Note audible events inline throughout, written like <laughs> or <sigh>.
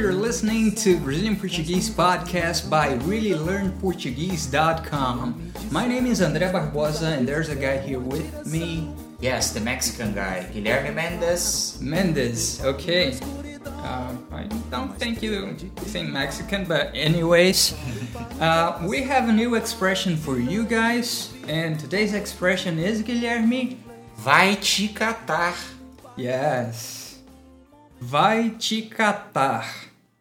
listening to Brazilian Portuguese podcast by reallylearnportuguese.com. My name is André Barbosa, and there's a guy here with me, Yes, the Mexican guy, Guilherme Mendes. Mendes. Okay. Uh, I don't think you think Mexican, but anyways, uh, we have a new expression for you guys, and today's expression is Guilherme. Vai te catar. Yes. Vai te catar.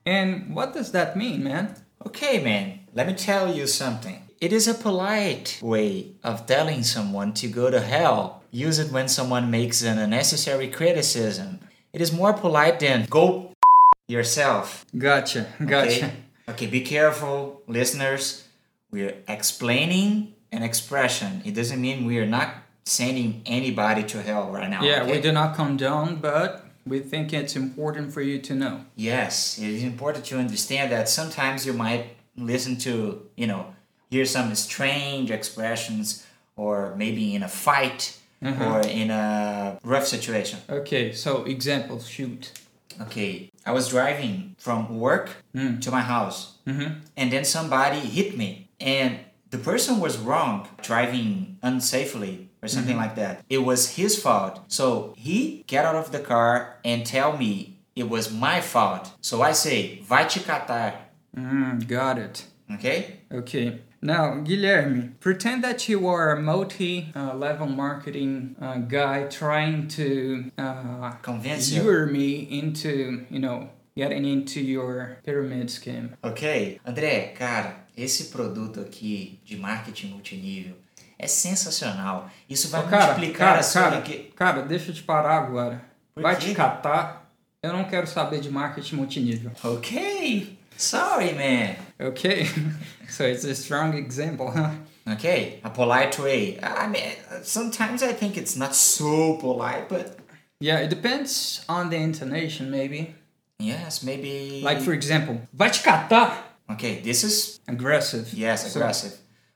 And what does that mean, man? Okay, man, let me tell you something. It is a polite way of telling someone to go to hell. Use it when someone makes an unnecessary criticism. It is more polite than go <laughs> yourself. Gotcha, gotcha. Okay? okay, be careful, listeners. We're explaining an expression. It doesn't mean we are not sending anybody to hell right now. Yeah, Oh, okay? we do not condone, but we think it's important for you to know. Yes, it is important to understand that sometimes you might listen to, you know, hear some strange expressions or maybe in a fight or in a rough situation. Okay, so example, shoot. Okay, I was driving from work Hmm. to my house Mm-hmm. and then somebody hit me and the person was wrong driving unsafely or something Mm-hmm. like that. It was his fault. So he get out of the car and tell me it was my fault. So I say, vai te catar, Mm, got it. okay? Okay. Now, Guilherme, pretend that you are a multi uh, level marketing uh, guy trying to uh, Convince you. lure me into, you know, getting into your pyramid scheme. Ok. André, cara, esse produto aqui de marketing multinível é sensacional. Isso vai Ô, cara, multiplicar cara, a sua cara, riqueza. cara, deixa eu te parar agora. Por Vai quê? te catar. Eu não quero saber de marketing multinível. Ok. Sorry, man. Okay, <laughs> so it's a strong example, huh? Okay, a polite way. I mean, sometimes I think it's not so polite, but Yeah, it depends on the intonation, maybe. yes, maybe. Like, for example, vai te catar! okay, this is Aggressive. yes So- aggressive.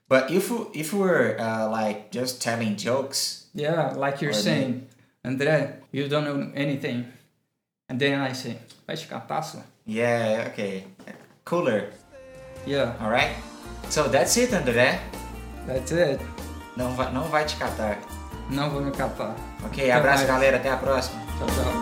But if we- if we were uh, like just telling jokes, yeah, like you're Or saying, André, you don't know anything. And then I say, vai te catar, só." yeah, okay, cooler. Yeah, All right. So that's it, André. that's it. Não vai, não vai te catar. Não vou me catar. Ok, abraço, mais. galera. Até a próxima. Tchau, tchau.